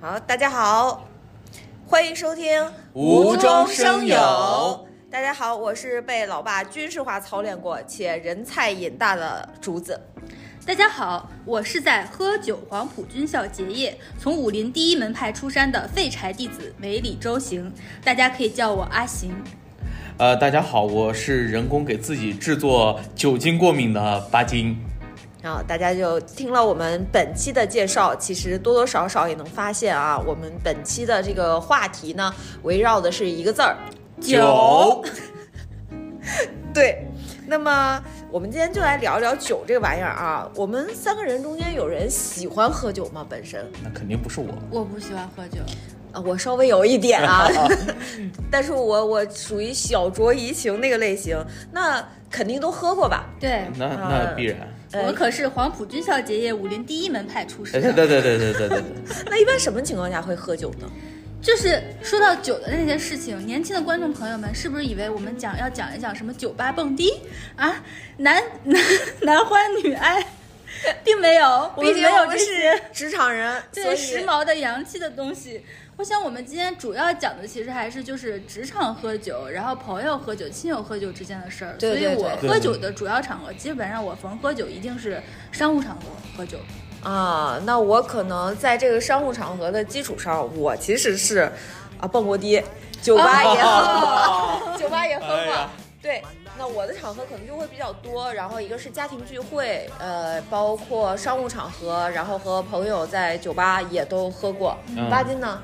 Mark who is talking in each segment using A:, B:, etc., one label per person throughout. A: 好，大家好，欢迎收听《
B: 无中生有》。
A: 大家好，我是被老爸军事化操练过且人菜瘾大的竹子。
C: 大家好，我是在喝酒黄埔军校结业，从武林第一门派出山的废柴弟子梅里周行，大家可以叫我阿行。
B: 呃，大家好，我是人工给自己制作酒精过敏的巴金。
A: 然后大家就听了我们本期的介绍，其实多多少少也能发现啊，我们本期的这个话题呢，围绕的是一个字儿，
B: 酒，
A: 对，那么我们今天就来聊一聊酒这个玩意儿啊。我们三个人中间有人喜欢喝酒吗？本身
B: 那肯定不是我。
C: 我不喜欢喝酒，
A: 啊，我稍微有一点啊， 但是我我属于小酌怡情那个类型，那肯定都喝过吧？
C: 对、
B: 那那必然。
A: 呃
C: 我可是黄埔军校结业，武林第一门派出
B: 对
C: 身
B: 哎对
C: 的。
B: 对对对对对 对。
A: 那一般什么情况下会喝酒呢？
C: 就是说到酒的那些事情，年轻的观众朋友们是不是以为我们讲要讲一讲什么酒吧蹦迪啊，男 男男欢女爱，并没有，我
A: 毕
C: 们
A: 竟
C: 没
A: 我
C: 有
A: 们
C: 这
A: 是
C: 些。
A: 职场人，
C: 这
A: 所
C: 些
A: 以
C: 时髦的、洋气的东西。我想我们今天主要讲的其实还是就是职场喝酒，然后朋友喝酒、亲友喝酒之间的事儿。
A: 对对
C: 所以
A: 对
C: 我喝酒的主要场合，基本上我逢喝酒一定是商务场合喝酒。
A: 啊，那我可能在这个商务场合的基础上，我其实是啊蹦过迪，酒吧也喝过，酒吧也喝
B: 哦哎
A: 过
B: 呀。
A: 对，那我的场合可能就会比较多，然后一个是家庭聚会，呃，包括商务场合，然后和朋友在酒吧也都喝过。
B: 嗯
A: 巴金呢？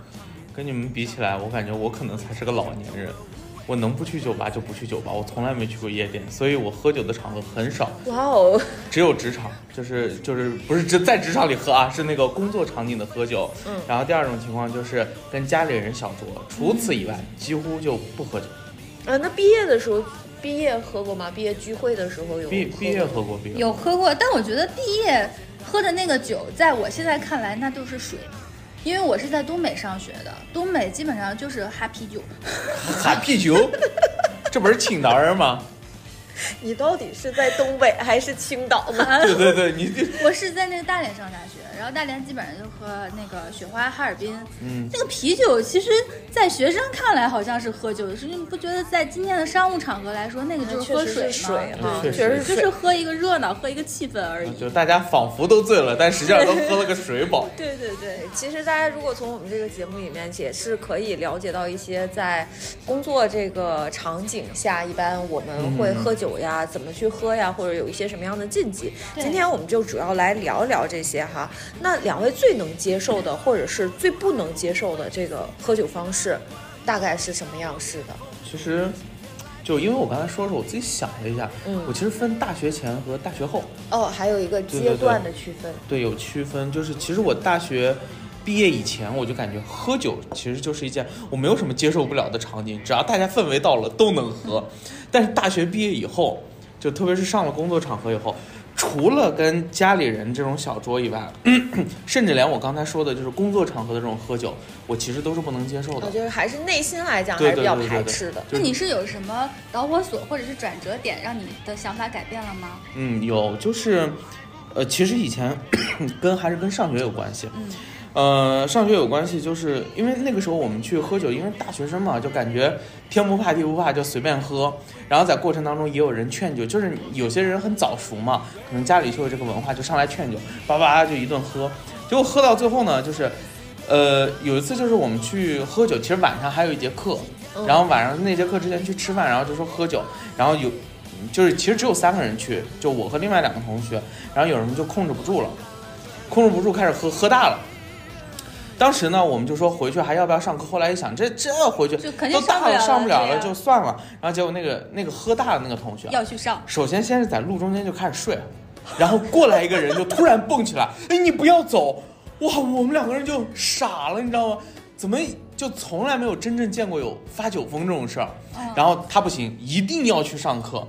B: 跟你们比起来，我感觉我可能才是个老年人。我能不去酒吧就不去酒吧，我从来没去过夜店，所以我喝酒的场合很少，
A: 哇哦，
B: 只有职场，就是就是不是只在职场里喝啊，是那个工作场景的喝酒。
A: 嗯
B: 然后第二种情况就是跟家里人小酌，除此以外几乎就不喝酒。
A: 呃，那毕业的时候，毕业喝过吗？毕业聚会的时候有
B: 毕
A: 喝
B: 毕业
A: 过
B: 喝过毕业，
C: 有喝过，但我觉得毕业喝的那个酒，在我现在看来那都是水。因为我是在东北上学的，东北基本上就是哈啤酒，
B: 喊啤酒，这不是青岛人吗？
A: 你到底是在东北还是青岛呢？
B: 对对对，你这
C: 我是在那个大连上大学，然后大连基本上就喝那个雪花哈尔滨，
B: 嗯，
C: 这个啤酒其实，在学生看来好像是喝酒的事，你不觉得在今天的商务场合来说，那个就是喝水
A: 确实是
C: 吗？
A: 水啊，
B: 对
A: 确
B: 确
A: 实
B: 实
C: 对，就是喝一个热闹，喝一个气氛而已。
B: 就大家仿佛都醉了，但实际上都喝了个水饱。
C: 对对对，
A: 其实大家如果从我们这个节目里面也是可以了解到一些在工作这个场景下，一般我们会
B: 嗯
A: 喝酒呀，怎么去喝呀，或者有一些什么样的禁忌。
C: 对
A: 今天我们就主要来聊一聊这些哈。那两位最能接受的，或者是最不能接受的这个喝酒方式，大概是什么样式的？
B: 其实，就因为我刚才说说，我自己想了一下，
A: 嗯
B: 我其实分大学前和大学后，
A: 哦，还有一个
B: 对
A: 阶
B: 对
A: 段的区分。
B: 对，有区分。就是其实我大学毕业以前，我就感觉喝酒其实就是一件我没有什么接受不了的场景，只要大家氛围到了都能喝。但是大学毕业以后，就特别是上了工作场合以后。除了跟家里人这种小桌以外，甚至连我刚才说的，就是工作场合的这种喝酒，我其实都是不能接受的
A: 我。觉得还哦是内心来讲还
B: 对
A: 是比
B: 对
A: 较
B: 对
A: 排
B: 对对
A: 斥的。
C: 哦那你是有什么导火索或者是转折点，让你的想法改变了吗？
B: 嗯，有就是，呃，其实以前 跟还是跟上学有关系，
C: 嗯，
B: 呃，上学有关系，就是因为那个时候我们去喝酒，因为大学生嘛，就感觉天不怕地不怕，就随便喝。然后在过程当中也有人劝酒，就是有些人很早熟嘛，可能家里就有这个文化，就上来劝酒，叭叭叭就一顿喝。结果喝到最后呢，就是，呃，有一次就是我们去喝酒，其实晚上还有一节课，
A: 嗯
B: 然后晚上那节课之前去吃饭，然后就说喝酒，然后有，就是其实只有三个人去，就我和另外两个同学，然后有人就控制不住了，控制不住开始喝，喝大了。当时呢，我们就说回去还要不要上课？后来一想，这这回去
C: 就肯定
B: 都大了上
C: 上
B: 不
C: 不
B: 了
C: 了
B: 了，
C: 了
B: 就算了。然后结果那个那个喝大的那个同学，啊
C: 要去上。
B: 首先先是在路中间就开始睡，然后过来一个人就突然蹦起来，哎，你不要走！哇，我们两个人就傻了，你知道吗？怎么就从来没有真正见过有发酒疯这种事儿？然后他不行，一定要去上课。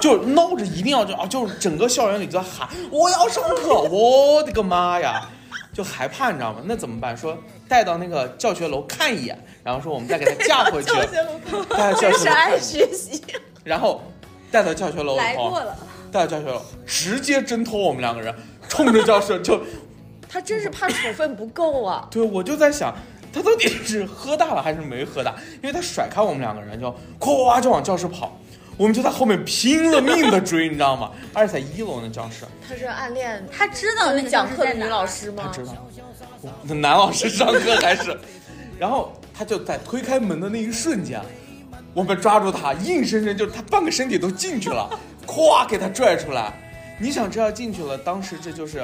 B: 就闹着一定要就啊，就是整个校园里都在喊我要上课，我的个妈呀，就害怕你知道吗？那怎么办？说带到那个教学楼看一眼，然后说我们再给他架回去， 带到教
A: 真
B: 学
A: 是
B: 楼，
A: 爱学习。
B: 然后带到教学楼哦
C: 来
B: 以后
C: 过，了，
B: 带到教学楼，直接挣脱我们两个人，冲着教室就
A: 他真是 怕处分不够啊。
B: 对，我就在想，他到底是喝大了还是没喝大？因为他甩开我们两个人，就咵咵就往教室跑，我们就在后面拼了命的追，你知道吗？而且在一楼那教室，
A: 他是暗恋
C: 他知道那个
A: 讲
C: 教室
A: 课的
C: 在
A: 女
C: 哪儿
A: 老师吗？
B: 他知道，那 男老师上课开始， 然后他就在推开门的那一瞬间，我们抓住他，硬生生就是他半个身体都进去了， 咵给他拽出来。你想，这要进去了，当时这就是，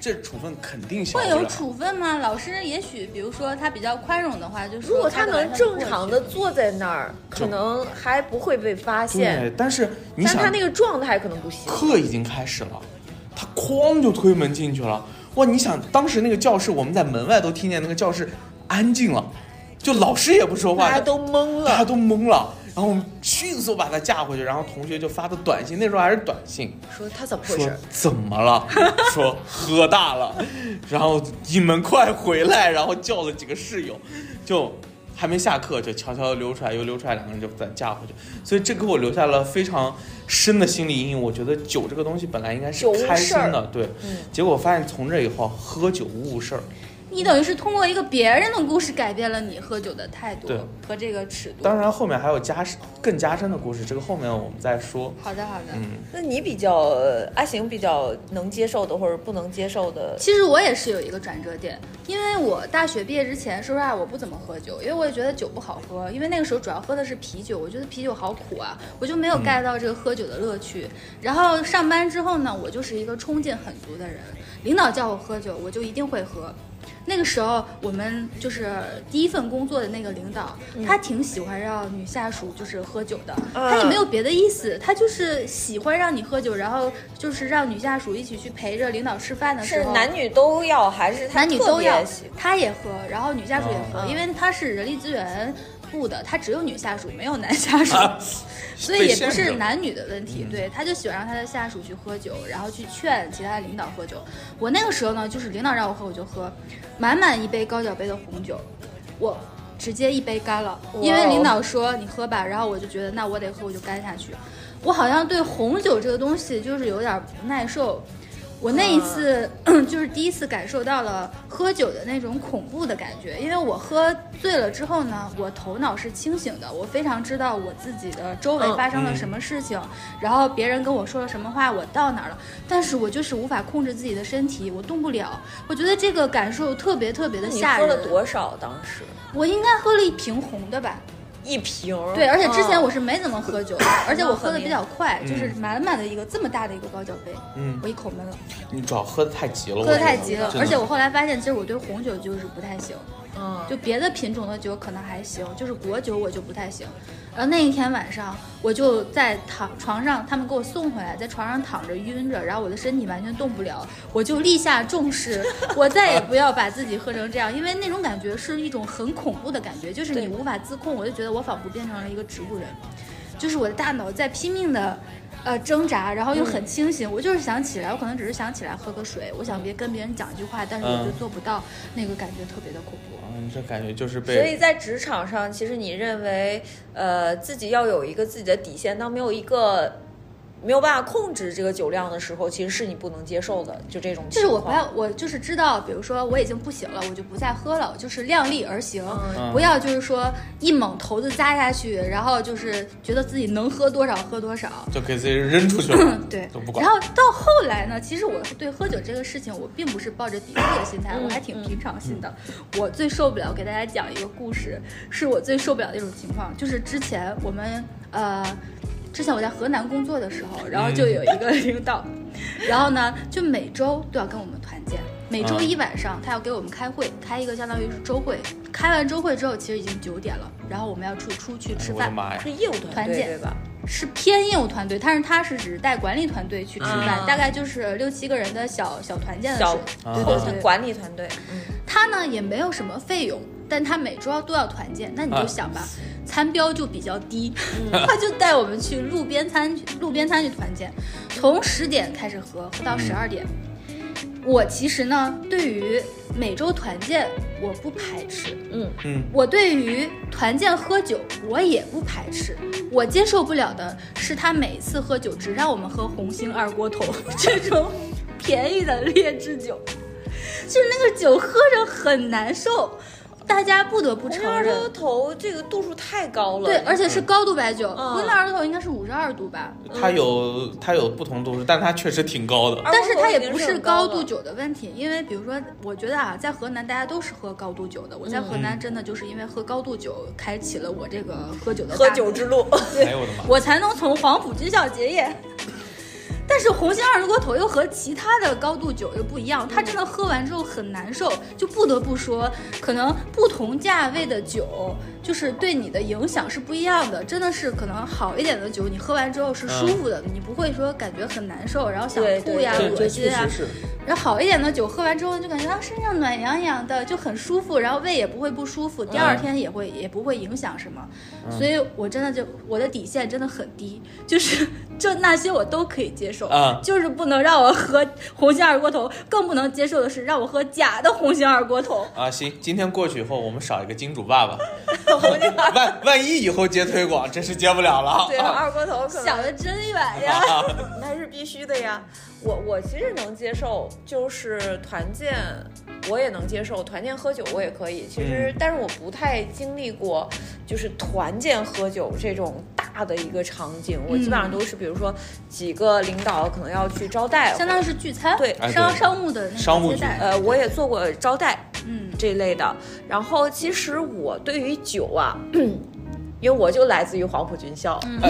B: 这处分肯定小
C: 会
B: 不
C: 有
B: 了。
C: 处分吗？老师也许，比如说他比较宽容的话，就说
A: 如果
C: 他
A: 他能正常的坐在那儿，可能还不会被发现，
B: 对，但是你
A: 但
B: 想，
A: 他那个状态可能不行。
B: 课已经开始了，他哐就推门进去了。哇，你想当时那个教室，我们在门外都听见那个教室安静了，就老师也不说话，
A: 大家都懵
B: 大家
A: 了，
B: 都懵了。然后我们迅速把他架回去，然后同学就发的短信，那时候还是短信，
A: 说他怎么回
B: 说
A: 事？
B: 怎么了？ 说喝大了，然后你们快回来，然后叫了几个室友，就还没下课就悄悄地溜出来，又溜出来，两个人就再架回去。所以这给我留下了非常深的心理阴影。我觉得酒这个东西本来应该是
A: 酒误
B: 开心
A: 事儿
B: 的，对，
A: 嗯
B: 结果我发现从这以后喝酒误事儿，
C: 你等于是通过一个别人的故事改变了你喝酒的态度
B: 对
C: 和这个尺度。
B: 当，然后面还有加深更加深的故事，这个后面我们再说。
C: 好的好的。
B: 嗯，
A: 那你比较呃阿行比较能接受的，或者不能接受的，
C: 其实我也是有一个转折点，因为我大学毕业之前，说实话我不怎么喝酒，因为我也觉得酒不好喝，因为那个时候主要喝的是啤酒，我觉得啤酒好苦啊，我就没有 get 到这个喝酒的乐趣。然后上班之后呢，我就是一个冲劲很足的人，领导叫我喝酒，我就一定会喝。那个时候，我们就是第一份工作的那个领导，
A: 嗯
C: 他挺喜欢让女下属就是喝酒的，
A: 啊
C: 他也没有别的意思，他就是喜欢让你喝酒，然后就是让女下属一起去陪着领导吃饭的时
A: 是
C: 候，
A: 男女都要还是他
C: 男女都
A: 特
C: 要
A: 别喜，
C: 他也喝，然后女下属也喝，
B: 哦
A: 嗯
C: 因为他是人力资源部的，他只有女下属，没有男下属，所以
B: 啊被
C: 也
B: 限
C: 不
B: 制
C: 是
B: 了
C: 男女的问题。
B: 嗯
C: 对，他就喜欢让他的下属去喝酒，然后去劝其他的领导喝酒。我那个时候呢，就是领导让我喝我就喝，满满一杯高脚杯的红酒，我。直接一杯干了，因为
A: 哇哦
C: 领导说你喝吧，然后我就觉得那我得喝，我就干下去。我好像对红酒这个东西就是有点不耐受，我那一次、就是 第一次感受到了喝酒的那种恐怖的感觉，因为我喝醉了之后呢，我头脑是清醒的，我非常知道我自己的周围
A: 嗯
C: 发生了
B: 嗯
C: 什么事情，然后别人跟我说了什么话，我到哪儿了，但是我就是无法控制自己的身体，我动不了。我觉得这个感受特别特别的
A: 你
C: 吓
A: 喝
C: 人。
A: 了多少？当时
C: 我应该喝了一瓶红的吧？
A: 一瓶儿。
C: 对，而且之前
A: 嗯
C: 我是没怎么喝酒的，而且我喝的比较快，
B: 嗯
C: 就是满满的一个这么大的一个高脚杯，
B: 嗯
C: 我一口闷了。
B: 你主要喝的太急了，
C: 喝的
B: 我觉得
C: 太急了，
B: 真的
C: 而且我后来发现，其实我对红酒就是不太行，
A: 嗯，
C: 就别的品种的酒可能还行，就是果酒我就不太行。然后那一天晚上，我就在躺床上，他们给我送回来，在床上躺着晕着，然后我的身体完全动不了，我就立下重誓，我再也不要把自己喝成这样，因为那种感觉是一种很恐怖的感觉，就是
A: 对
C: 你无法自控。我就觉得我仿佛变成了一个植物人，就是我的大脑在拼命的。呃，挣扎，
A: 嗯
C: 然后又很清醒。我就是想起来，我可能只是想起来喝个水，我想别跟别人讲一句话，但是我就
B: 嗯
C: 做不到，那个感觉特别的恐怖。
B: 嗯，这感觉就是被
A: 所以在职场上，其实你认为，呃，自己要有一个自己的底线，当没有一个没有办法控制这个酒量的时候，其实是你不能接受的，就这种
C: 就
A: 情
C: 是
A: 况。
C: 我不要，我就是知道，比如说我已经不行了，我就不再喝了，我就是量力而行，
B: 嗯
C: 不要就是说一猛头子扎下去，然后就是觉得自己能喝多少喝多少。，
B: 就给自己扔出去了
C: 对
B: 都不，管
C: 然。后到后来呢，其实我对喝酒这个事情，我并不是抱着抵触的心态，
A: 嗯
C: 我还挺平常心的。
B: 嗯
C: 我最受不了，给大家讲一个故事，是我最受不了的一种情况，就是之前我们呃，之前我在河南工作的时候，然后就有一个领导，然后呢，就每周都要跟我们团建，每
B: 啊
C: 周一晚上他要给我们开会，开一个相当于是周会，开完周会之后，其实已经九点了，然后我们要出出去 吃
B: 我的
C: 饭。
B: 妈呀！
A: 是业务团
C: 团
A: 队
C: 建
A: 对吧？
C: 是偏业务团队，但是他是只带管理团队去吃饭，
A: 啊
C: 大概就是六七个人的小小团建的
A: 小
C: 事。
B: 啊
C: 对
A: 后
C: 对
A: 勤
C: 对，
A: 管理团队，嗯，
C: 他呢也没有什么费用，但他每周都要团建，那你就
B: 啊
C: 想吧，餐标就比较低， 他就带我们去路边摊路边摊去团建，从十点开始喝，喝到十二点。我其实呢，对于每周团建我不排斥，
B: 嗯，
C: 我对于团建喝酒我也不排斥，我接受不了的是他每次喝酒只让我们喝红星二锅头这种便宜的劣质酒。就是那个酒喝着很难受，大家不得不
A: 红
C: 承
A: 莲
C: 认。
A: 二头这个度数太高了，
C: 对，而且是高度白酒，
A: 嗯
C: 温二头应该是五十二度吧，
B: 嗯它有它有不同度数，但它确实挺高的。
A: 二
C: 但是
A: 锅头
C: 它也
A: 已经
C: 不
A: 是
C: 是
A: 很
C: 高
A: 高
C: 度
A: 了
C: 酒的问题，因为比如说，我觉得啊，在河南大家都是喝高度酒的。我在
A: 嗯
C: 河南真的就是因为喝高度酒，开启了我这个喝酒的
A: 喝
C: 大
A: 酒
C: 门
A: 之路。
B: 哎呦我的妈！
C: 我才能从黄埔军校结业。但是红星二十锅头又和其他的高度酒又不一样，它真的喝完之后很难受，就不得不说，可能不同价位的酒，就是对你的影响是不一样的。真的是可能好一点的酒，你喝完之后是舒服的，你不会说感觉很难受，然后想
A: 对
C: 吐呀、
A: 对
C: 恶
B: 这
C: 心
B: 确
C: 啊
B: 实。是，
C: 然后好一点的酒喝完之后，就感觉啊身上暖洋洋的，就很舒服，然后胃也不会不舒服，第二天也会、也不会影响什么。所以我真的就我的底线真的很低，就是就那些我都可以接受，
B: 啊
C: 就是不能让我喝红星二锅头，更不能接受的是让我喝假的红星二锅头。
B: 啊，行，今天过去以后，我们少一个金主爸爸。万 万一以后接推广，真是接不了了。 啊
A: 对，
C: 啊
A: 二锅头可能
C: 想的真远呀！
A: 那是必须的呀。我我其实能接受，就是团建我也能接受，团建喝酒我也可以。其
C: 嗯
A: 实，但是我不太经历过，就是团建喝酒这种大的一个场景。我基本
C: 嗯
A: 上都是，比如说几个领导可能要去招待，
C: 相当于是聚餐，
A: 对
B: 哎
C: 商
B: 对
C: 商务的那个
B: 商务
C: 接
B: 局
C: 待
A: 呃，我也做过招待，
C: 嗯，
A: 这一类的。然后其实我对于酒啊，因为我就来自于黄埔军校，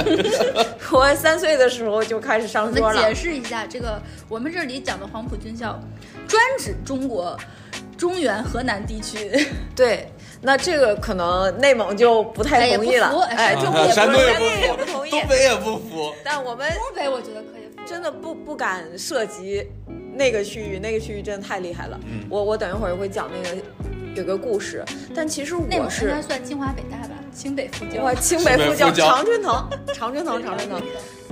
A: 我三岁的时候就开始
C: 嗯我
A: 上桌
C: 们
A: 了。
C: 解释一下，这个我们这里讲的黄埔军校，专指中国中原河南 地区，
A: 对，那这个可能内蒙就不太同意了
C: 哎也不服，
A: 哎，
C: 山
A: 这我也不
B: 啊山
C: 东
A: 是
B: 东也
A: 山东也不
B: 不服
A: 同意
B: 东，北也不服。
A: 但哎我们
C: 东北我觉得可以。
A: 真的不不敢涉及那个区域，那个区域真的太厉害了。
B: 嗯
A: 我我等一会儿会讲那个有个故事，但其实
C: 内蒙
A: 我
C: 应该
A: 是
C: 算清华北大吧，清北复交
A: 我。清北
B: 清北
A: 复交
B: 复交
A: 长春 藤，长春藤，长春藤。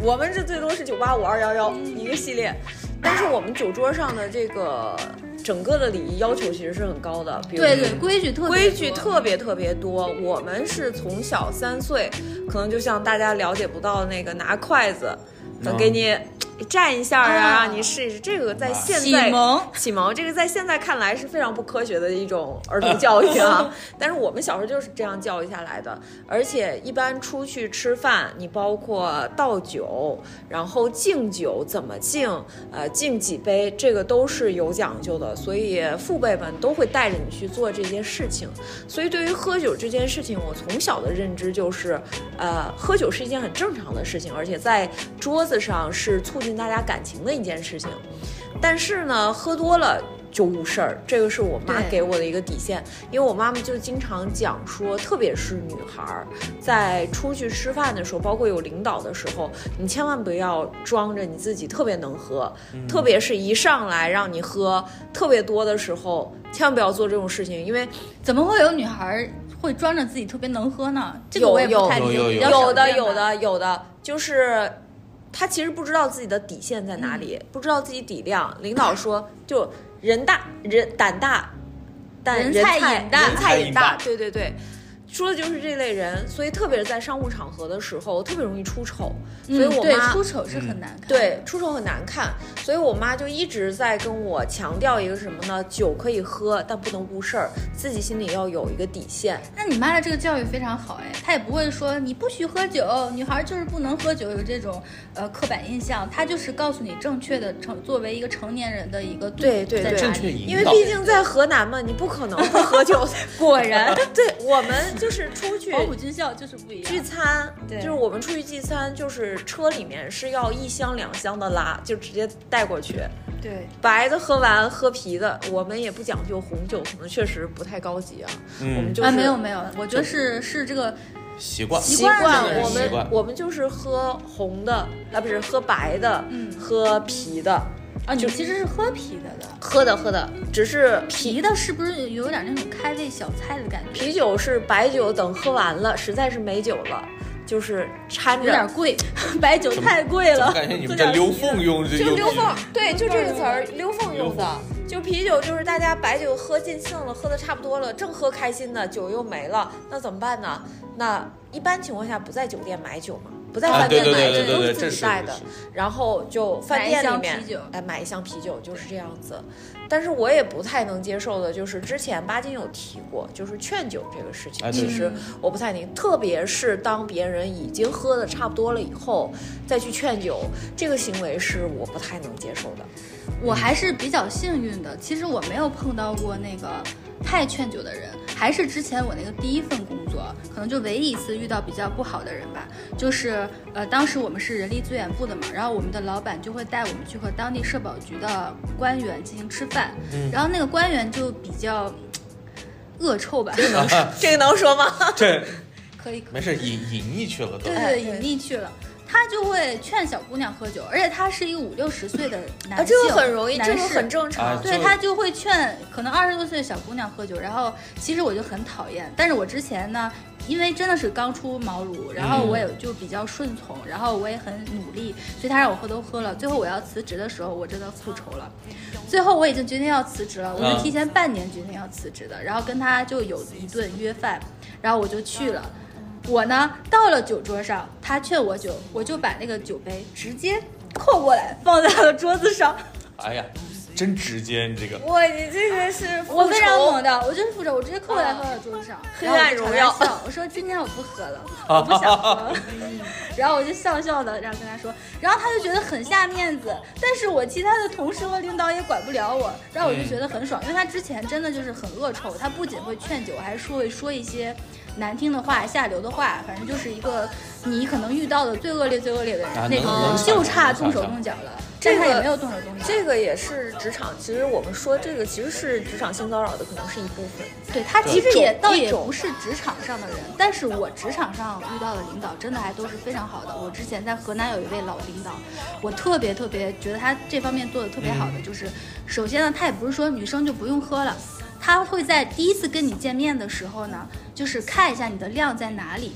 A: 我们这最多是九八五二幺幺
C: 嗯
A: 一个系列，但是我们酒桌上的这个整个的礼仪要求其实是很高的，比如
C: 对对，规矩特别
A: 规矩
C: 多
A: 特别特别多。我们是从小三岁，可能就像大家了解不到那个拿筷子，可能给你蘸一下
C: 啊
A: 啊，让你试一试。这个在现在
C: 启蒙
A: 启蒙，这个在现在看来是非常不科学的一种儿童教育啊。 但是我们小时候就是这样教育下来的，而且一般出去吃饭，你包括倒酒，然后敬酒怎么敬，呃，敬几杯，这个都是有讲究的，所以父辈们都会带着你去做这些事情。所以对于喝酒这件事情，我从小的认知就是，呃，喝酒是一件很正常的事情，而且在桌子上是促进大家感情的一件事情。但是呢，喝多了就误事儿，这个是我妈
C: 对
A: 给我的一个底线。因为我妈妈就经常讲说，特别是女孩儿在出去吃饭的时候，包括有领导的时候，你千万不要装着你自己特别能喝，特别是一上来让你喝特别多的时候，千万不要做这种事情，因为
C: 怎么会有女孩儿会装着自己特别能喝呢？这个
A: 有
C: 我也不
A: 有
C: 太理解。
B: 有有
C: 比较
A: 有
C: 少
A: 的
C: 见吧
A: 有。的有的，就是他其实不知道自己的底线在哪
C: 嗯
A: 里，不知道自己底量。领导说，就人大人胆大，但
C: 人
A: 人
C: 菜
A: 菜
C: 瘾大
A: 人菜瘾大
B: 人，
A: 对对对。说的就是这类人，所以特别是在商务场合的时候，特别容易出丑。所以
C: 嗯，
A: 我
C: 对
A: 妈、
C: 出丑是很难看。，
A: 对，出手很难看，所以我妈就一直在跟我强调一个什么呢？酒可以喝，但不能误事儿，自己心里要有一个底线。
C: 那你妈的这个教育非常好哎，她也不会说你不许喝酒，女孩儿就是不能喝酒，有这种呃刻板印象。她就是告诉你正确的成作为一个成年人的一个度
A: 对对
C: 在
A: 对
C: 哪
B: 正
C: 里
B: 确引
A: 因为
B: 导
A: 毕竟在河南嘛，你不可能不 喝酒。
C: 果然，
A: 对我们就是出去
C: 黄埔军校就是不一样。
A: 聚餐，
C: 对
A: 就是我们出去聚餐，就是车里面是要一箱两箱的拉，就直接带过去。
C: 对，
A: 白的喝完，喝啤的，我们也不讲究红酒，可能确实不太高级啊。
B: 嗯
A: 我们就是、
C: 啊没有没有，我觉得是是这个
B: 习惯
C: 习
A: 习
C: 惯
A: 惯
C: 了
A: 我
B: 习惯
A: 们我们就是喝红的啊，不是喝白的，
C: 嗯
A: 喝啤的，
C: 啊，你
A: 就
C: 其实是喝啤的的。
A: 喝的喝的，只是
C: 啤的是不是有点那种开胃小菜的感觉？
A: 啤酒是白酒，等喝完了，实在是没酒了，就是掺着
C: 有点贵， 白酒太贵
B: 我
C: 了。
B: 感觉你们
C: 喝
B: 这
C: 点
B: 溜
C: 啤的
B: 缝用这
A: 就
B: 用
A: 溜
B: 这
A: 缝儿，对，就这
C: 溜
A: 个
C: 缝
A: 词儿，溜缝用
B: 溜
A: 的。就啤酒，就是大家白酒喝尽兴了，喝的差不多了，正喝开心呢，酒又没了，那怎么办呢？那一般情况下不在酒店买酒嘛，不在
B: 啊
A: 饭店
B: 对对
A: 买，
B: 对
A: 这都
B: 对对
A: 自
B: 这
A: 己
B: 是
A: 带的
B: 这是。
A: 然后就饭店里面
C: 买一箱啤酒
A: 哎买一箱啤酒就是这样子。但是我也不太能接受的就是之前巴金有提过，就是劝酒这个事情，
B: 哎对
A: 其实我不太能，特别是当别人已经喝的差不多了以后再去劝酒，这个行为是我不太能接受的。嗯
C: 我还是比较幸运的，其实我没有碰到过那个太劝酒的人，还是之前我那个第一份工作，可能就唯一一次遇到比较不好的人吧。就是呃，当时我们是人力资源部的嘛，然后我们的老板就会带我们去和当地社保局的官员进行吃饭，
A: 嗯
B: 嗯
C: 然后那个官员就比较嗯恶臭吧，
A: 这个能说吗？
B: 这
C: 可以可以
B: 没事，隐隐匿去了都
C: 对。
A: 哎对
C: 对，隐匿去了。他就会劝小姑娘喝酒，而且他是一个五六十岁的男性，
A: 啊，这个很容易，
C: 男
A: 这个
C: 士
A: 很正常。
B: 啊
C: 对
B: 就
C: 他就会劝可能二十多岁的小姑娘喝酒，然后其实我就很讨厌，但是我之前呢，因为真的是刚出茅庐，然
B: 嗯
C: 后我也就比较顺从，然后我也很努力，所以他让我喝都喝了。最后我要辞职的时候，我真的复仇了。最后我已经决定要辞职了，我
B: 嗯
C: 是提前半年决定要辞职的，然后跟他就有一顿约饭，然后我就去了。我呢到了酒桌上，他劝我酒，我就把那个酒杯直接扣过来放在了桌子上。
B: 哎呀，真直接，你这个
A: 哇，你这个是
C: 我非常
A: 猛
C: 猛的，我就是复仇，我直接扣在他的桌子上，
A: 啊黑
C: 然后我
A: 暗
C: 就朝
A: 荣
C: 他
A: 耀
C: 笑，我说今天我不喝 了，我不想喝了， 然后我就笑笑的，然后跟他说，然后他就觉得很下面子，但是我其他的同事和领导也管不了我，然后我就觉得很爽，因为他之前真的就是很恶臭，他不仅会劝酒，还是会说一些难听的话、下流的话，反正就是一个你可能遇到的最恶劣、最恶劣的人，
B: 啊
C: 那
B: 能
C: 种
B: 能
C: 人
B: 想
C: 就
B: 象
C: 差
B: 能
C: 动
B: 想
C: 手
B: 象
C: 动脚了，
A: 这
C: 但他也
A: 个
C: 没有动手动 脚。
A: 这个也是职场，其实我们说这个其实是职场性骚扰的，可能是一部分。
C: 对他其实
A: 一种
C: 也倒
A: 一
C: 也
A: 种
C: 不是职场上的人，但是我职场上遇到的领导真的还都是非常好的。我之前在河南有一位老领导，我特别特别觉得他这方面做的特别好的，
A: 嗯
C: 就是首先呢，他也不是说女生就不用喝了，他会在第一次跟你见面的时候呢，就是看一下你的量在哪里，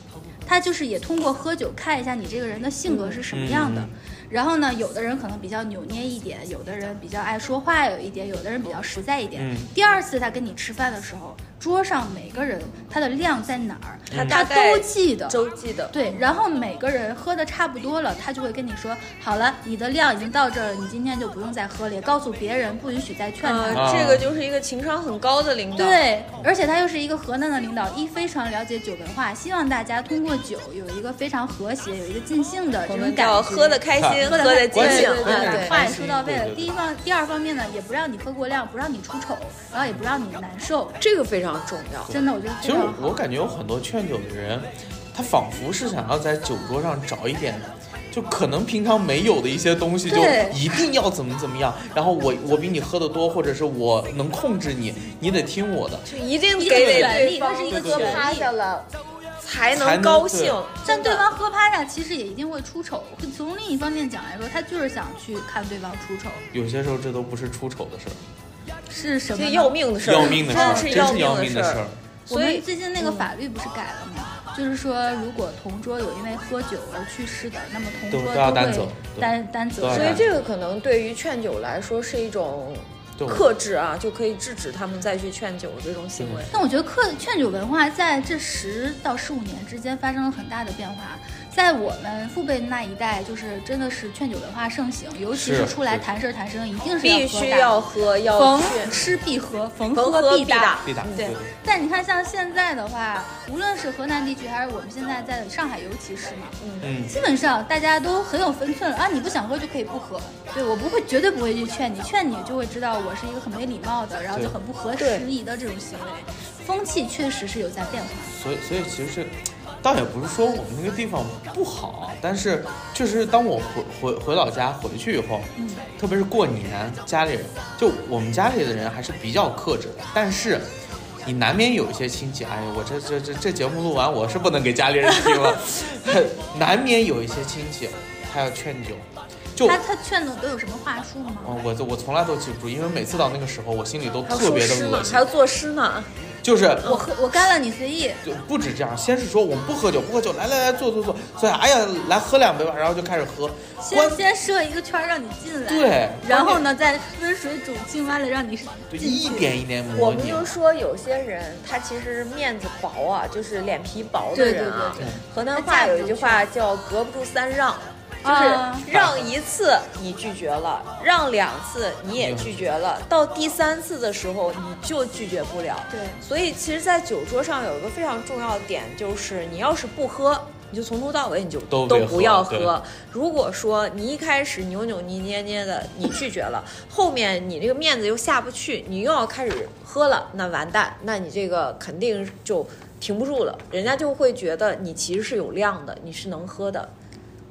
C: 他就是也通过喝酒看一下你这个人的性格是什么样的。
B: 嗯
C: 然后呢，有的人可能比较扭捏一点，有的人比较爱说话有一点，有的人比较实在一点。
B: 嗯
C: 第二次他跟你吃饭的时候，桌上每个人他的量在哪儿，
A: 他
C: 他
A: 大概
C: 都记得。
A: 周记的，
C: 对，然后每个人喝的差不多了，他就会跟你说，好了，你的量已经到这儿了，你今天就不用再喝了，也告诉别人不允许再劝他了。
A: 呃，
B: 啊
A: 这个就是一个情商很高的领导。，
C: 对，而且他又是一个河南的领导，一非常了解酒文化，希望大家通过酒有一个非常和谐、有一个尽兴的
A: 我
C: 这种
A: 们
C: 感
A: 叫
C: 觉。
A: 喝的开心，
C: 喝
A: 喝的尽
B: 关系
A: 兴
C: 对对
A: 啊，
B: 关系
C: 对
B: 是
C: 对，
A: 对。
C: 话
B: 开
C: 也说
B: 心
C: 到位了。
B: 对对
C: 第一方，第二方面呢，也不让你喝过量，不让你出丑，然后也不让你难受。
A: 这个非常重要，
C: 真的，我觉得
B: 其
C: 非
B: 实
C: 常
B: 我
C: 好。
B: 我感觉有很多劝酒的人，他仿佛是想要在酒桌上找一点，就可能平常没有的一些东西，就
C: 对
B: 一定要怎么怎么样。然后我我比你喝的多，或者是我能控制你，你得听我的。
A: 就一定
C: 一
A: 给
C: 个
A: 得
C: 权利，
A: 对
C: 它
A: 方
C: 是一个
B: 对对
C: 权
B: 对
A: 趴
C: 利
A: 下。了才
B: 才
A: 能
B: 能
A: 高
B: 对
A: 兴。
C: 但
A: 真
C: 对
A: 的
C: 方喝趴下，其实也一定会出丑。从另一方面讲来说，他就是想去看对方出丑，
B: 有些时候这都不是出丑的事儿，
C: 是什么
A: 这
C: 呢？
A: 要命的事儿，
B: 要命的事儿，
A: 真
B: 真
A: 是要
B: 是要命
A: 的
B: 的事
A: 儿
B: 儿。。
C: 我
A: 所
C: 们
A: 以嗯
C: 最近那个法律不是改了吗？就是说，如果同桌有因为喝酒而去世的，那么同桌
B: 都
C: 会
B: 都要担责对
C: 担担责
B: 都要
A: 所以
C: 任
B: 担。
A: 这个可能对于劝酒来说是一种
B: 对，
A: 克制啊，就可以制止他们再去劝酒这种行为。
C: 但我觉得客劝酒文化在这十到十五年之间发生了很大的变化。在我们父辈那一代，就是真的是劝酒文化盛行，尤其
B: 是
C: 是出来
B: 是
C: 谈事儿谈生意，一
B: 嗯
C: 定是
A: 必
C: 喝
A: 须
C: 大
A: 要喝，
C: 的
A: 要
C: 逢
A: 劝，
C: 吃必喝，逢
A: 逢
C: 喝
A: 喝必
C: 打。
A: 打。
B: 必打
A: 对
C: 但你看，像现在的话，无论是河南地区还是我们现在在上海，尤其是嘛，
B: 嗯，
C: 基本上大家都很有分寸了啊！你不想喝就可以不喝，对我不会，绝对不会去劝你，劝你就会知道我是一个很没礼貌的，然后就很不合时宜的这种行为。风气确实是有在变化，
B: 所以，所以其实是，倒也不是说我们那个地方不好，但是确实，当我回回回老家回去以后，特别是过年，家里人就我们家里的人还是比较克制的，但是。你难免有一些亲戚，哎呀，我这这这这节目录完，我是不能给家里人听了。难免有一些亲戚，他要劝酒，就
C: 他他劝的都有什么话术吗？
B: 哦嗯，我我从来都记不住，因为每次到那个时候，我心里都
A: 还要
B: 特
A: 说
B: 别的
A: 诗呢
B: 恶，心
A: 还。要作诗呢。
B: 就是
C: 我喝我干了你随意，
B: 就不止这样，先是说我们不喝酒，不喝酒，来来来，坐坐坐，坐下，哎呀，来喝两杯吧，然后就开始喝，关
C: 先先设一个圈儿让你进来，
B: 对
C: 然后呢再温水煮青蛙的让你
B: 对
C: 进
B: 一
C: 去。
B: 点一点
A: 我
B: 模
A: 们
B: 拟。
A: 就说有些人他其实面子薄啊，就是脸皮薄的
C: 对
A: 人啊。
C: 对对
A: 河南话有一句话叫“隔不住三让”，就
C: 啊
A: 是让一次你拒绝了，让两次你也拒绝了，到第三次的时候你就拒绝不了。
C: 对
A: 所以其实，在酒桌上有一个非常重要的点，就是你要是不喝。你就从头到尾你就
B: 都别喝
A: 不要
B: 对
A: 喝。如果说你一开始扭扭捏捏捏的，你拒绝了，后面你这个面子又下不去，你又要开始喝了，那完蛋，那你这个肯定就停不住了，人家就会觉得你其实是有量的，你是能喝的。
B: 嗯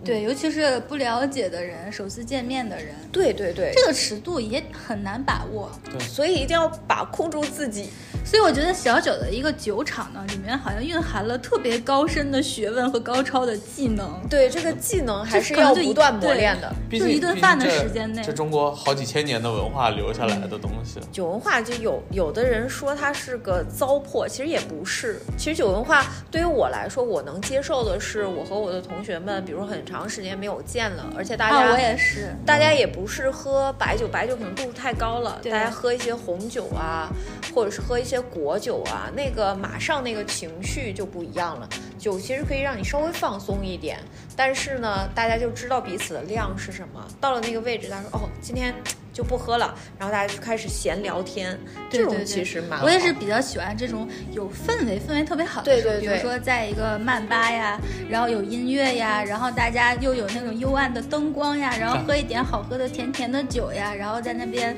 C: 对，尤其是不了解的人，首次见面的人，
A: 对对对，
C: 这个尺度也很难把握。
A: 所以一定要把控住自己。
C: 所以我觉得小九的一个酒场呢，里面好像蕴含了特别高深的学问和高超的技能。
A: 对这个技能还是
C: 这可能
A: 要
C: 就一
A: 不断磨练的。
B: 毕
C: 就
B: 竟
C: 一顿
B: 毕竟
C: 饭的
B: 这
C: 时间内
B: 这中国好几千年的文化留下来的东西。
A: 酒文化就有有的人说它是个糟粕，其实也不是。其实酒文化对于我来说，我能接受的是，我和我的同学们，比如很长时间没有见了，而且大家、
C: 啊，我也是，
A: 大家也不是喝白酒，白酒可能度数太高了，
C: 对
A: 大家喝一些红酒啊，或者是喝一些果酒啊，那个马上那个情绪就不一样了。酒其实可以让你稍微放松一点，但是呢，大家就知道彼此的量是什么。到了那个位置，他说：“哦，今天就不喝了。”然后大家就开始闲聊天，
C: 对
A: 这
C: 对
A: 种
C: 对
A: 其实蛮好。
C: 我也是比较喜欢这种有氛围、氛围特别好的
A: 对
C: 时候
A: 对
C: 比
A: 对
C: 如说在一个曼巴呀，然后有音 乐呀，然后大家又有那种幽暗的灯光呀，然后喝一点好喝的甜甜的酒呀，然后在那边，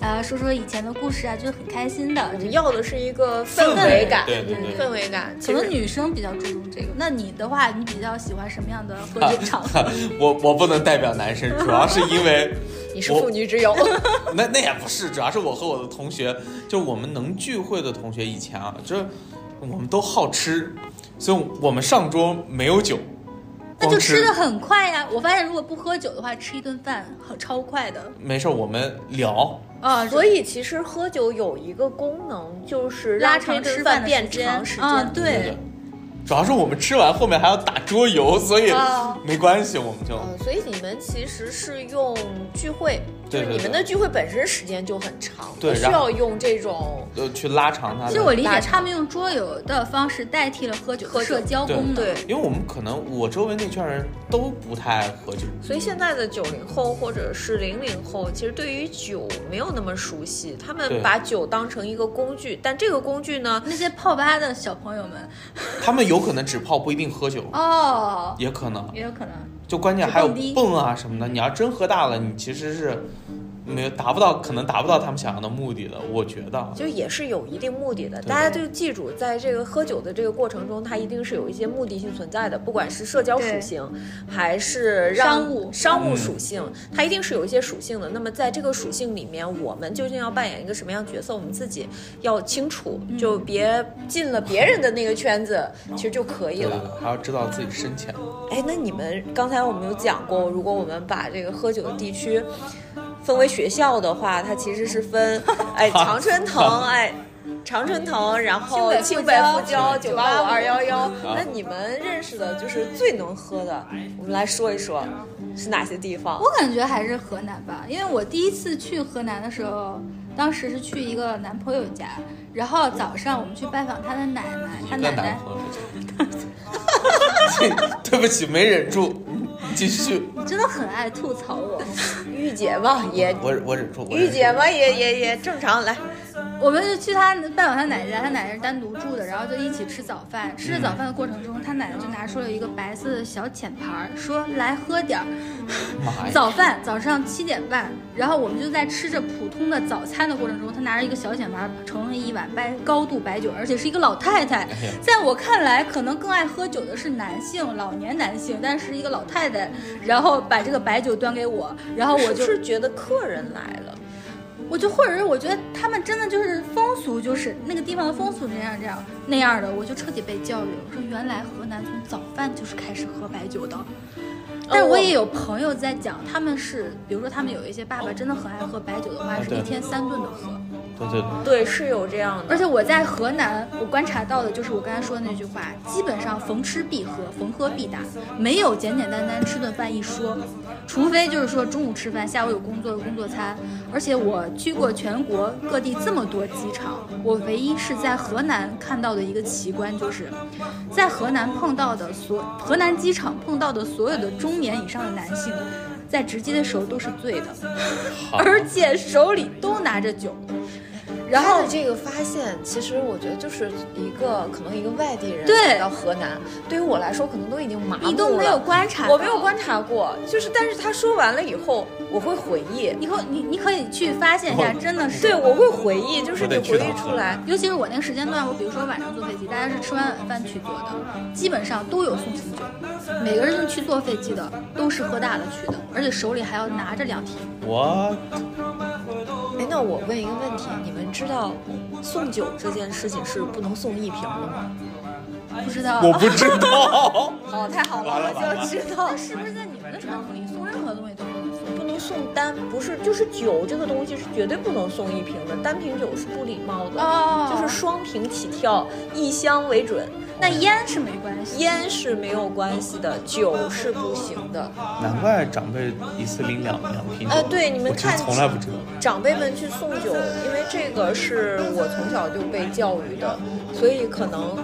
C: 呃，说说以前的故事啊，就很开心的。
A: 我
C: 这
A: 们要的是一个
B: 氛
A: 嗯氛
B: 围
A: 围感，
B: 对对对
A: 氛围感。
C: 可
A: 其
C: 能
A: 实
C: 女生比较注重这个，那你的话，你比较喜欢什么样的喝酒场合？
B: 我我不能代表男生，主要是因为
A: 你是
B: 我
A: 妇女之 友，
B: 那那也不是，主要是我和我的同学，就是我们能聚会的同学，以前啊，就是我们都好吃，所以我们上桌没有酒，
C: 那
B: 光
C: 就吃的很快呀。我发现如果不喝酒的话，吃一顿饭很超快的
B: 没事儿，我们聊，
C: 啊。
A: 所以其实喝酒有一个功能，就是让
C: 拉长
A: 这顿
C: 吃
A: 饭
C: 饭的
A: 变
C: 时间
A: 长时间。
C: 啊对
B: 的。主要是我们吃完后面还要打桌 游，所以
C: 啊
B: 没关系，我们就
A: 呃，所以你们其实是用聚会，就
B: 对
A: 是
B: 对
A: 你们
B: 对
A: 的聚会本身时间就很长，
B: 对
A: 不需
B: 然
A: 要
B: 后
A: 用这种。
B: 呃去拉长它的。
C: 其实我理
A: 大
C: 解他们用桌游的方式代替了喝酒
A: 喝
C: 的
A: 酒
C: 社交功能。
A: 对
B: 因为我们可能我周围那圈人都不太爱喝酒，
A: 所以现在的九零后或者是零零后，其实对于酒没有那么熟悉，他
B: 对
A: 们把酒当成一个工具，但这个工具呢，
C: 那些泡吧的小朋友们，
B: 他们有可能只泡不一定喝酒，
C: 哦，
B: 也可能
C: 也有可能。
B: 就关键还有
C: 蹦迪
B: 蹦啊什么的。你要真喝大了，你其实是没有达不到，可能达不到他们想要的目的的。我觉得啊，
A: 就也是有一定目的的。
B: 对
A: 大家就记住，在这个喝酒的这个过程中，它一定是有一些目的性存在的，不管是社交属性，还是让
C: 商务
A: 商务
B: 嗯
A: 属性，它一定是有一些属性的。那么在这个属性里面，我们究竟要扮演一个什么样角色，我们自己要清楚，
C: 嗯
A: 就别进了别人的那个圈子，其实就可以
B: 对对
A: 了。
B: 对，还要知道自己深浅。
A: 哎，那你们刚才我们有讲过，如果我们把这个喝酒的地区分为学校的话，它其实是分哎常春藤哎。常春藤，然后
C: 清
A: 清
C: 北
A: 北
C: 复
A: 复
C: 交
A: 交
C: 九
A: 九
C: 八
A: 八
C: 五
A: 五二幺幺，那你们认识的就是最能喝的，我们来说一说是哪些地方
C: 我？感觉还是河南吧，因为我第一次去河南的时候，当时是去一个男朋友家，然后早上我们去拜访他的奶奶，他
B: 一个
C: 奶
B: 男
C: 奶
B: 朋友， 对不起，没忍住，你继续。
C: 你真的很爱吐槽我。
A: 御姐嘛也，
B: 我我忍住，我
A: 御
B: 忍
A: 姐
B: 住。
A: 嘛也也也正常来。
C: 我们就去他拜访他奶奶家，他奶奶是单独住的，然后就一起吃早饭。吃着早饭的过程中，他奶奶就拿出了一个白色的小浅盘儿，说来喝点儿。
B: 妈呀！
C: 早饭早上七点半，然后我们就在吃着普通的早餐的过程中，她拿着一个小剪盘盛了一碗白高度白酒，而且是一个老太太
B: 哎呀。
C: 在我看来，可能更爱喝酒的是男性，老年男性，但是一个老太太，然后把这个白酒端给我，然后我
A: 啊我
C: 就是
A: 觉得客人来了，
C: 我就或者是我觉得他们真的就是风俗，就是那个地方的风俗那样这样那样的，我就彻底被教育了。我说原来河南从早饭就是开始喝白酒的。但我也有朋友在讲，他们是，比如说他们有一些爸爸真的很爱喝白酒的话，
B: 啊
C: 是
B: 对
C: 一天三顿的喝，
B: 对对对，
A: 对，是有这样的。
C: 而且我在河南，我观察到的就是我刚才说的那句话，基本上逢吃必喝，逢喝必打，没有简简单单吃顿饭一说，除非就是说中午吃饭，下午有工作的工作餐。而且我去过全国各地这么多机场，我唯一是在河南看到的一个奇观，就是在河南碰到的所河南机场碰到的所有的中年以上的男性，在值机的时候都是醉的，
B: 好，
C: 而且手里都拿着酒。然后
D: 他的这个发现，其实我觉得就是一个可能一个外地人
C: 对
D: 来到河南，对于我来说可能都已经麻木了。
C: 你都没有观察，
A: 我没有，观察过，就是但是他说完了以后，我会回忆，
C: 你可你你可以去发现一下，真的是
A: 对我会回忆，就是
B: 我
A: 你
B: 得去
A: 回
B: 趟
A: 忆出来。
C: 尤其是我那个时间段，我比如说晚上坐飞机，大家是吃完晚饭去坐的，基本上都有送行酒，每个人去坐飞机的都是喝大了去的，而且手里还要拿着两提。
B: 我
A: 哎，那我问一个问题，你们知道送酒这件事情是不能送一瓶的吗？
C: 不知道
B: 我不知道，
A: 哦，太好
B: 完了完了
A: 我就知道
C: 那哦是不是在你们的传统里送任何东西都不能送？
A: 不能送单，不是就是酒这个东西是绝对不能送一瓶的，单瓶酒是不礼貌的，
C: 哦
A: 就是双瓶起跳，一箱为准。
C: 那烟是没关系，
A: 烟是没有关系的，酒是不行的。
B: 难怪长辈一次拎两两瓶酒。
A: 哎，对，你们
B: 我其实
A: 看，
B: 从来不知道。
A: 长辈们去送酒，因为这个是我从小就被教育的，所以可能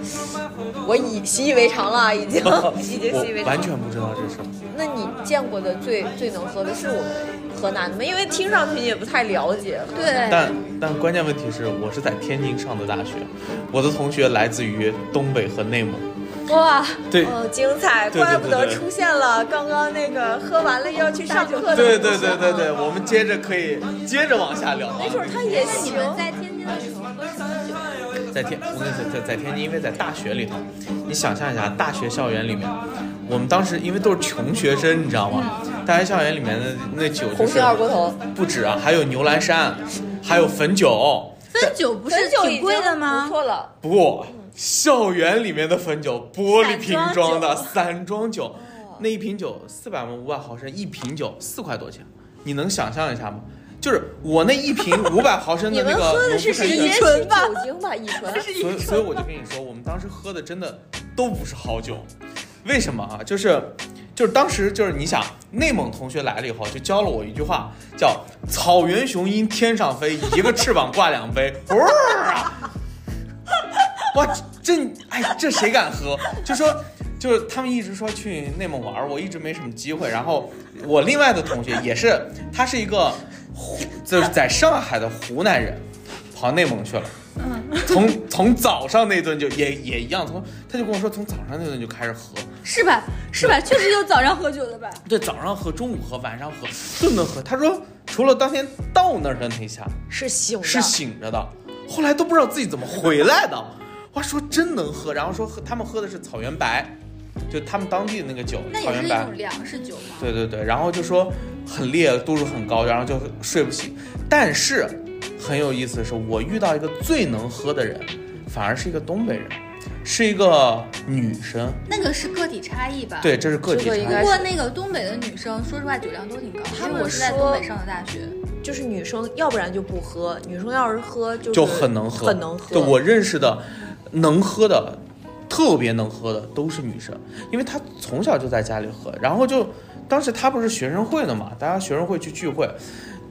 A: 我已习以为常了，已经 已经习以为
B: 我
A: 常
B: 完
A: 了。
B: 全不知道这事儿。
A: 那你见过的最最能喝的是我们河南的吗？因为听上去你也不太了解。
C: 对，
B: 但但关键问题是我是在天津上的大学，我的同学来自于东北和内蒙。
C: 哇，
B: 对
A: 哦，精彩！
B: 对对
A: 怪不得
B: 对对
A: 出现了刚刚那个喝完了要去上课的。
B: 对对对对对，。我们接着可以接着往下聊啊
A: 没。准他也
C: 那你
A: 行。
C: 们在天津的时候喝什么 酒？
B: 在天，我跟你在在在天津，因为在大学里头，你想象一下，大学校园里面，我们当时因为都是穷学生，你知道吗？大学校园里面的那酒就
A: 红
B: 是
A: 星二锅头，
B: 不止啊，还有牛栏山，还有汾酒。
C: 汾酒不是
A: 汾酒已
C: 挺
A: 经
C: 贵的
A: 不
C: 吗？
A: 错了。
B: 不，校园里面的汾酒，玻璃瓶装的
A: 散哦
B: 散装酒，那一瓶酒四百五百毫升，一瓶酒四块多钱，你能想象一下吗？就是我那一瓶五百毫 升
A: 你
B: 的那
A: 们
B: 个
A: 喝的是
B: 我不
A: 直
B: 敢
A: 接
B: 想
A: 是
D: 醇吧
A: 酒精吧，乙醇。
B: 所以所以我就跟你说，我们当时喝的真的都不是好酒，为什么啊？就是就是当时就是你想，内蒙同学来了以后就教了我一句话，叫“草原雄鹰天上飞，一个翅膀挂两杯”，哇哇，这哎这谁敢喝？就说。就是他们一直说去内蒙玩，我一直没什么机会。然后我另外的同学也是，他是一个湖，就是在上海的湖南人，跑内蒙去了。从从早上那顿就也也一样，从他就跟我说从早上那顿就开始喝，
C: 是吧？是吧？确实有早上喝酒的吧？
B: 对，早上喝，中午喝，晚上喝，顿顿喝。他说除了当天到那儿的那一下
A: 是醒的，
B: 是醒着的，后来都不知道自己怎么回来的。我说真能喝，然后说喝他们喝的是草原白，就他们当地的那个酒，
C: 那
B: 草
C: 也
B: 原
C: 是一
B: 白
C: 种。粮食酒嘛。
B: 对对对，然后就说很烈，度数很高，然后就睡不醒。但是很有意思的是，我遇到一个最能喝的人，反而是一个东北人，是一个女生。
C: 那个是个体差异吧？
B: 对，这是个体
A: 这个应
B: 差
A: 该
B: 异。
C: 不过那个东北的女生，说实话酒量都挺高，
A: 她们
C: 因为我是在
A: 说
C: 东北上的大学。
A: 就是女生，要不然就不喝。女生要是喝就是
B: 就很能喝，
A: 很能喝。
B: 对我认识的能喝的，特别能喝的都是女生，因为她从小就在家里喝，然后就当时她不是学生会的嘛，大家学生会去聚会。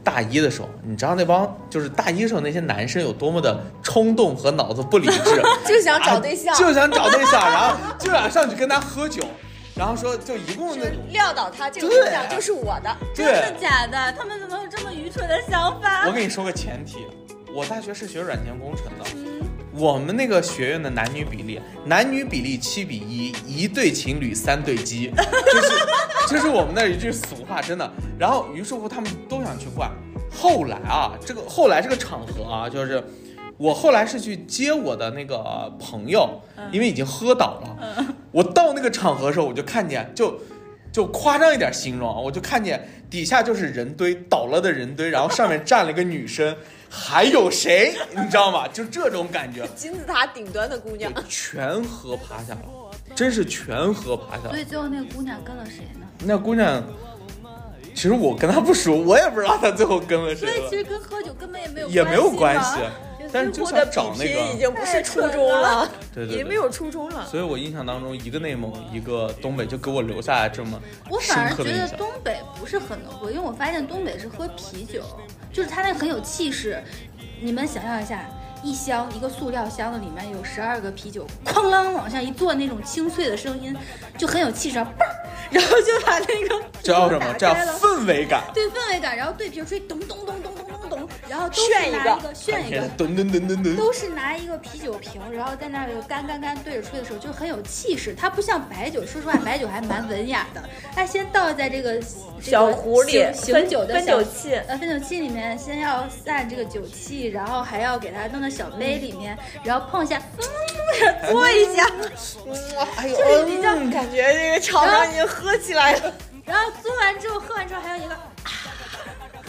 B: 大一的时候，你知道那帮就是大一的时候那些男生有多么的冲动和脑子不理智，
A: 就想找对象
B: 啊，就想找对象，然后就想上去跟他喝酒，然后说就一共那
A: 撂倒他这个
B: 对
A: 姑娘就是我的。
B: 对，
C: 假的？他们怎么有这么愚蠢的想法
B: 我跟你说个前提，我大学是学软件工程的，我们那个学院的男女比例，男女比例七比一，一对情侣三对鸡，就是这是 我们那儿一句俗话，真的。然后于是乎他们都想去灌。后来啊，这个后来这个场合啊，就是我后来是去接我的那个朋友，因为已经喝倒了。我到那个场合的时候，我就看见就。就夸张一点形容啊，我就看见底下就是人堆倒了的人堆，然后上面站了一个女生，还有谁，你知道吗？就这种感觉，
A: 金字塔顶端的姑娘
B: 就，全喝趴下了，真是全喝趴下
C: 所
B: 了。
C: 以最后那个姑娘跟了谁呢？
B: 那姑娘其实我跟他不熟，我也不知道他最后跟了谁
C: 所以
B: 了
C: 其，实跟喝酒根本也没有
B: 也没有关
C: 嘛
B: 系。但是就
A: 我
B: 想
A: 的比
B: 找那
A: 拼已
B: 个，
A: 经不是初中了，
B: 对
A: 已
B: 对
A: 经没
B: 对。
A: 有初中了。
B: 所以我印象当中，一个内蒙，一个东北，就给我留下来这么
C: 我
B: 深
C: 反而
B: 刻
C: 觉
B: 的
C: 得
B: 印象。
C: 东北不是很能喝，因为我发现东北是喝啤酒，就是它那个很有气势。你们想象一下，一箱一个塑料箱子里面有十二个啤酒，哐啷往下一坐，那种清脆的声音就很有气势，嘣儿，然后就把那个
B: 这叫什么？
C: 打
B: 这叫
C: 开了
B: 氛围感。
C: 对氛围感，然后对瓶吹咚咚咚咚咚咚咚，然后都
A: 炫
C: 是
A: 一
C: 拿
A: 个
C: 一个炫一个，
B: 吨吨吨吨吨。
C: 都是拿一个啤酒瓶，然后在那里干干干对着吹的时候，就很有气势。它不像白酒，说实话，白酒还蛮文雅的。它先倒在这个
A: 小壶里
C: 这个醒
A: 分
C: 醒酒的
A: 分
C: 小
A: 酒器
C: 呃，分酒器里面先要散这个酒气，然后还要给它弄到小杯里面，然后碰一下，嗯，嘬一下，
A: 哎呦，
C: 就是比较
A: 感觉这个厂长已经喝起来了。
C: 然后嘬完之后，喝完之后还有一个，啊、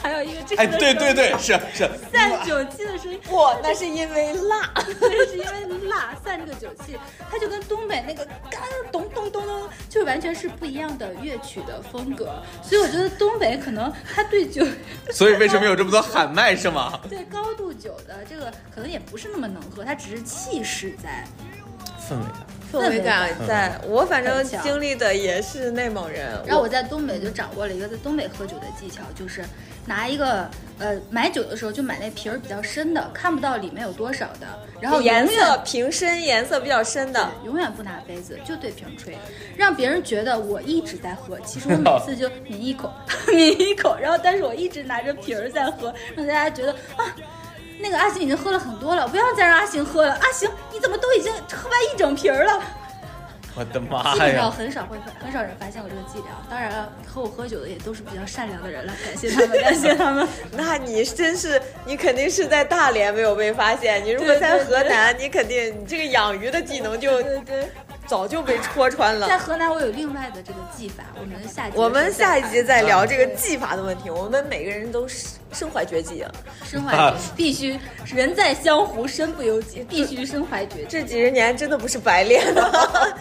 C: 还有一个这个
B: 哎，对对对，是是，
C: 散酒气的声音。
A: 不，那是因为辣。
C: 对，是因为辣散这个酒气，它就跟东北那个干咚咚咚咚，就完全是不一样的乐曲的风格。所以我觉得东北可能它对酒，
B: 所以为什么有这么多喊麦是吗？
C: 对高度酒的这个可能也不是那么能喝，它只是气势 在。
B: 氛围啊感。
A: 氛围感
B: 氛围
A: 在，我反正
C: 很强
A: 经历的也是内蒙人。
C: 然后我在东北就掌握了一个在东北喝酒的技巧，就是拿一个呃买酒的时候就买那瓶儿比较深的，看不到里面有多少的，然后
A: 颜
C: 永远
A: 色瓶身颜色比较深的，
C: 永远不拿杯子，就对瓶吹，让别人觉得我一直在喝。其实我每次就抿一口， 抿一口，然后但是我一直拿着瓶儿在喝，让大家觉得啊，那个阿行已经喝了很多了，不要再让阿行喝了。阿行，你怎么都已经喝完一整瓶儿了？
B: 我的
A: 哎
B: 妈
C: 基本上
B: 呀！
C: 很少会很少人发现我这个伎俩。当然了，和我喝酒的也都是比较善良的人了，感谢他们，感谢 他们。
A: 那你真是你肯定是在大连没有被发现。你如果
C: 对对
A: 在
C: 对
A: 河南，你肯定你这个养鱼的技能就
C: 对对，
A: 早就被戳穿了
C: 在。河南我有另外的这个技法，我们下集
A: 我们下一集再聊这个
C: 对
A: 技法的问题。我们每个人都是身怀绝技啊！
C: 身怀 绝技，必须人在江湖身不由己，必须身怀绝技。
A: 这几十年真的不是白练的，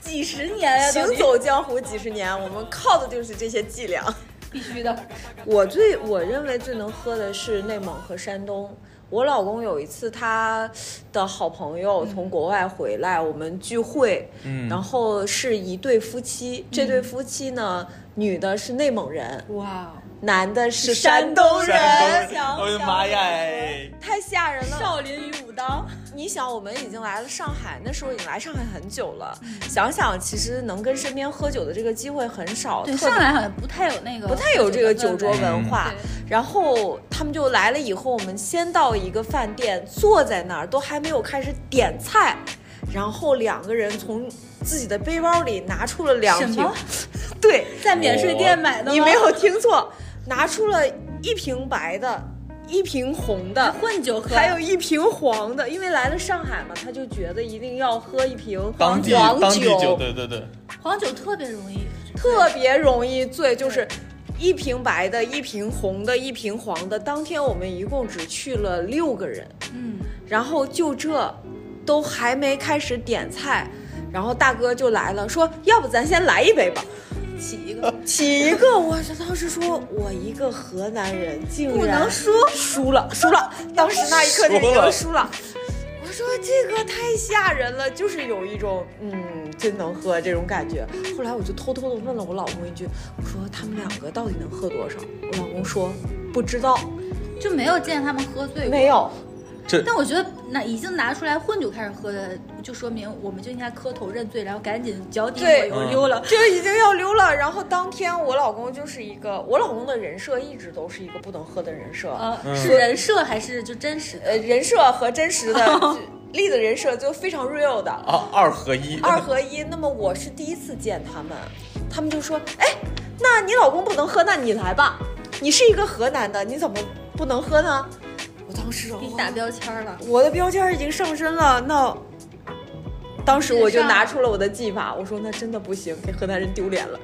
C: 几十年呀，
A: 行
C: 都
A: 走江湖几十年，我们靠的就是这些伎俩。
C: 必须的。
A: 我最我认为最能喝的是内蒙和山东。我老公有一次他的好朋友从国外回来，我们聚会，
B: 嗯
A: 然后是一对夫妻，这对夫妻呢，女的是内蒙人，
C: 哇，哦
A: 男的是
C: 山
A: 山
C: 东
A: 东
C: 人
A: 人。
B: 山东
C: 想
B: 我的
C: 想
B: 妈呀！哎
A: 太吓人了！
C: 少林与武当，
A: 你想，我们已经来了上海，那时候已经来上海很久了。想想，其实能跟身边喝酒的这个机会很少，
C: 对，
A: 特别
C: 上海好像不太有那个，
A: 不太有这个酒桌文化
C: 嗯。
A: 然后他们就来了以后，我们先到一个饭店坐在那儿，都还没有开始点菜，然后两个人从自己的背包里拿出了两
C: 什
A: 瓶
C: 么，
A: 对
C: 在免税店买的吗
A: 你没有听错，拿出了一瓶白的，一瓶红的。
C: 混酒喝，
A: 还有一瓶黄的，因为来了上海嘛，他就觉得一定要喝一瓶
B: 当地
A: 黄
B: 当地酒，对对对，
C: 黄酒特别容易，
A: 特别容易醉，就是一瓶白的，一瓶红的，一瓶黄的。当天我们一共只去了六个人，
C: 嗯，
A: 然后就这，都还没开始点菜，然后大哥就来了，说要不咱先来一杯吧，
C: 起一个。
A: 起一个。我当时说，我一个河南人竟然
C: 不能输，
A: 输了，输了。当时那一刻就已
B: 输了
A: 经输了。 我说这个太吓人了，就是有一种嗯真能喝这种感觉。后来我就偷偷的问了我老公一句，我说他们两个到底能喝多少？我老公说不知道，
C: 就没有见他们喝醉过。
A: 没有。
B: 这
C: 但我觉得那已经拿出来混酒开始喝的，就说明我们就应该磕头认罪，然后赶紧脚底
A: 对
C: 抹油溜了。
A: 就嗯已经要溜了。然后当天我老公就是一个，我老公的人设一直都是一个不能喝的人设，
C: 呃，是人设还是就真实的？
A: 呃，人设和真实的丽的人设就非常 real 的。
B: 啊二合一，
A: 二合一。那么我是第一次见他们，他们就说：“哎，那你老公不能喝，那你来吧。你是一个河南的，你怎么不能喝呢？”我当时
C: 给你
A: 我
C: 打标签了。
A: 我的标签已经上身了，那当时我就拿出了我的技法，我说那真的不行，给河南人丢脸了。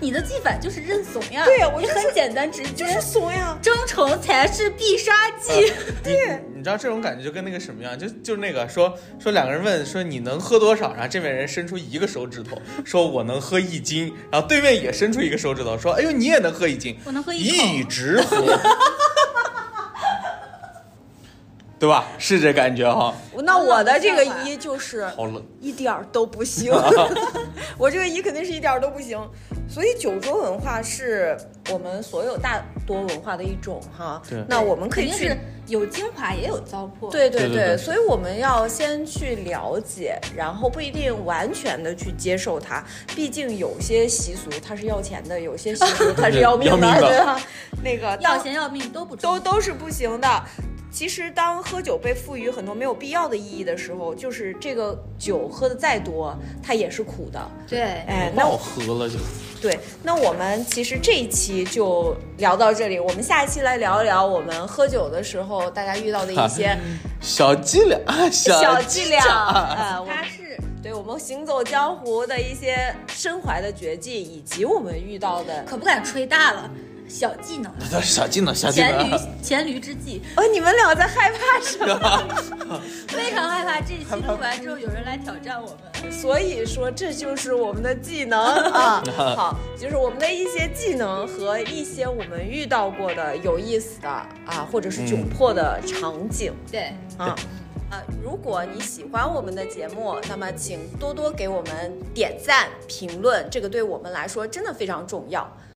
C: 你的技法就是认怂呀，
A: 对呀我
C: 你
A: 就是
C: 很简单直接，
A: 就是怂呀，
C: 争宠才是必杀技。
B: 你你知道这种感觉就跟那个什么样，就就是那个说说两个人问说你能喝多少，然后这边人伸出一个手指头，说我能喝一斤，然后对面也伸出一个手指头，说哎呦你也能喝一斤，
C: 我能喝一口
B: 一直喝，对吧？是这感觉哈，
A: 那我的这个
C: 好冷
A: 一就是
B: 好冷。
A: 一点儿都不 行，我这个一肯定是一点儿都不行。所以九州文化是我们所有大多文化的一种哈
B: 对。
A: 那我们可
C: 肯
A: 以
C: 定
A: 去
C: 是有精华也有糟粕。，
A: 对对
B: 对对对
A: 所以我们要先去了解，然后不一定完全的去接受它，毕竟有些习俗它是要钱的，有些习俗它是要命
B: 要命的
A: 对吧？那个
C: 要
A: 当
C: 钱要命都不
A: 都
C: 中
A: 都是不行的。其实，当喝酒被赋予很多没有必要的意义的时候，就是这个酒喝的再多，它也是苦的。
C: 对，
A: 哎，那
B: 爆喝了就，
A: 对，那我们其实这一期就聊到这里，我们下一期来聊一聊我们喝酒的时候大家遇到的一些
B: 小伎俩，
A: 啊小
B: 伎
A: 伎俩。哎，我
C: 他是
A: 对我们行走江湖的一些身怀的绝技，以及我们遇到的，
C: 可不敢吹大了，小技能，
B: 小技能，小技
C: 黔驴
B: 能，
C: 黔驴 之技，
A: 哦，你们俩在害怕什么？
C: 非常害怕这一期录完之后有人来挑战我们。
A: 所以说，这就是我们的技能啊。 好，就是我们的一些技能和一些我们遇到过的有意思的啊，或者是窘迫的场景。
C: 对，
A: 啊。呃，如果你喜欢我们的节目，那么请多多给我们点赞、评论，这个对我们来说真的非常重要。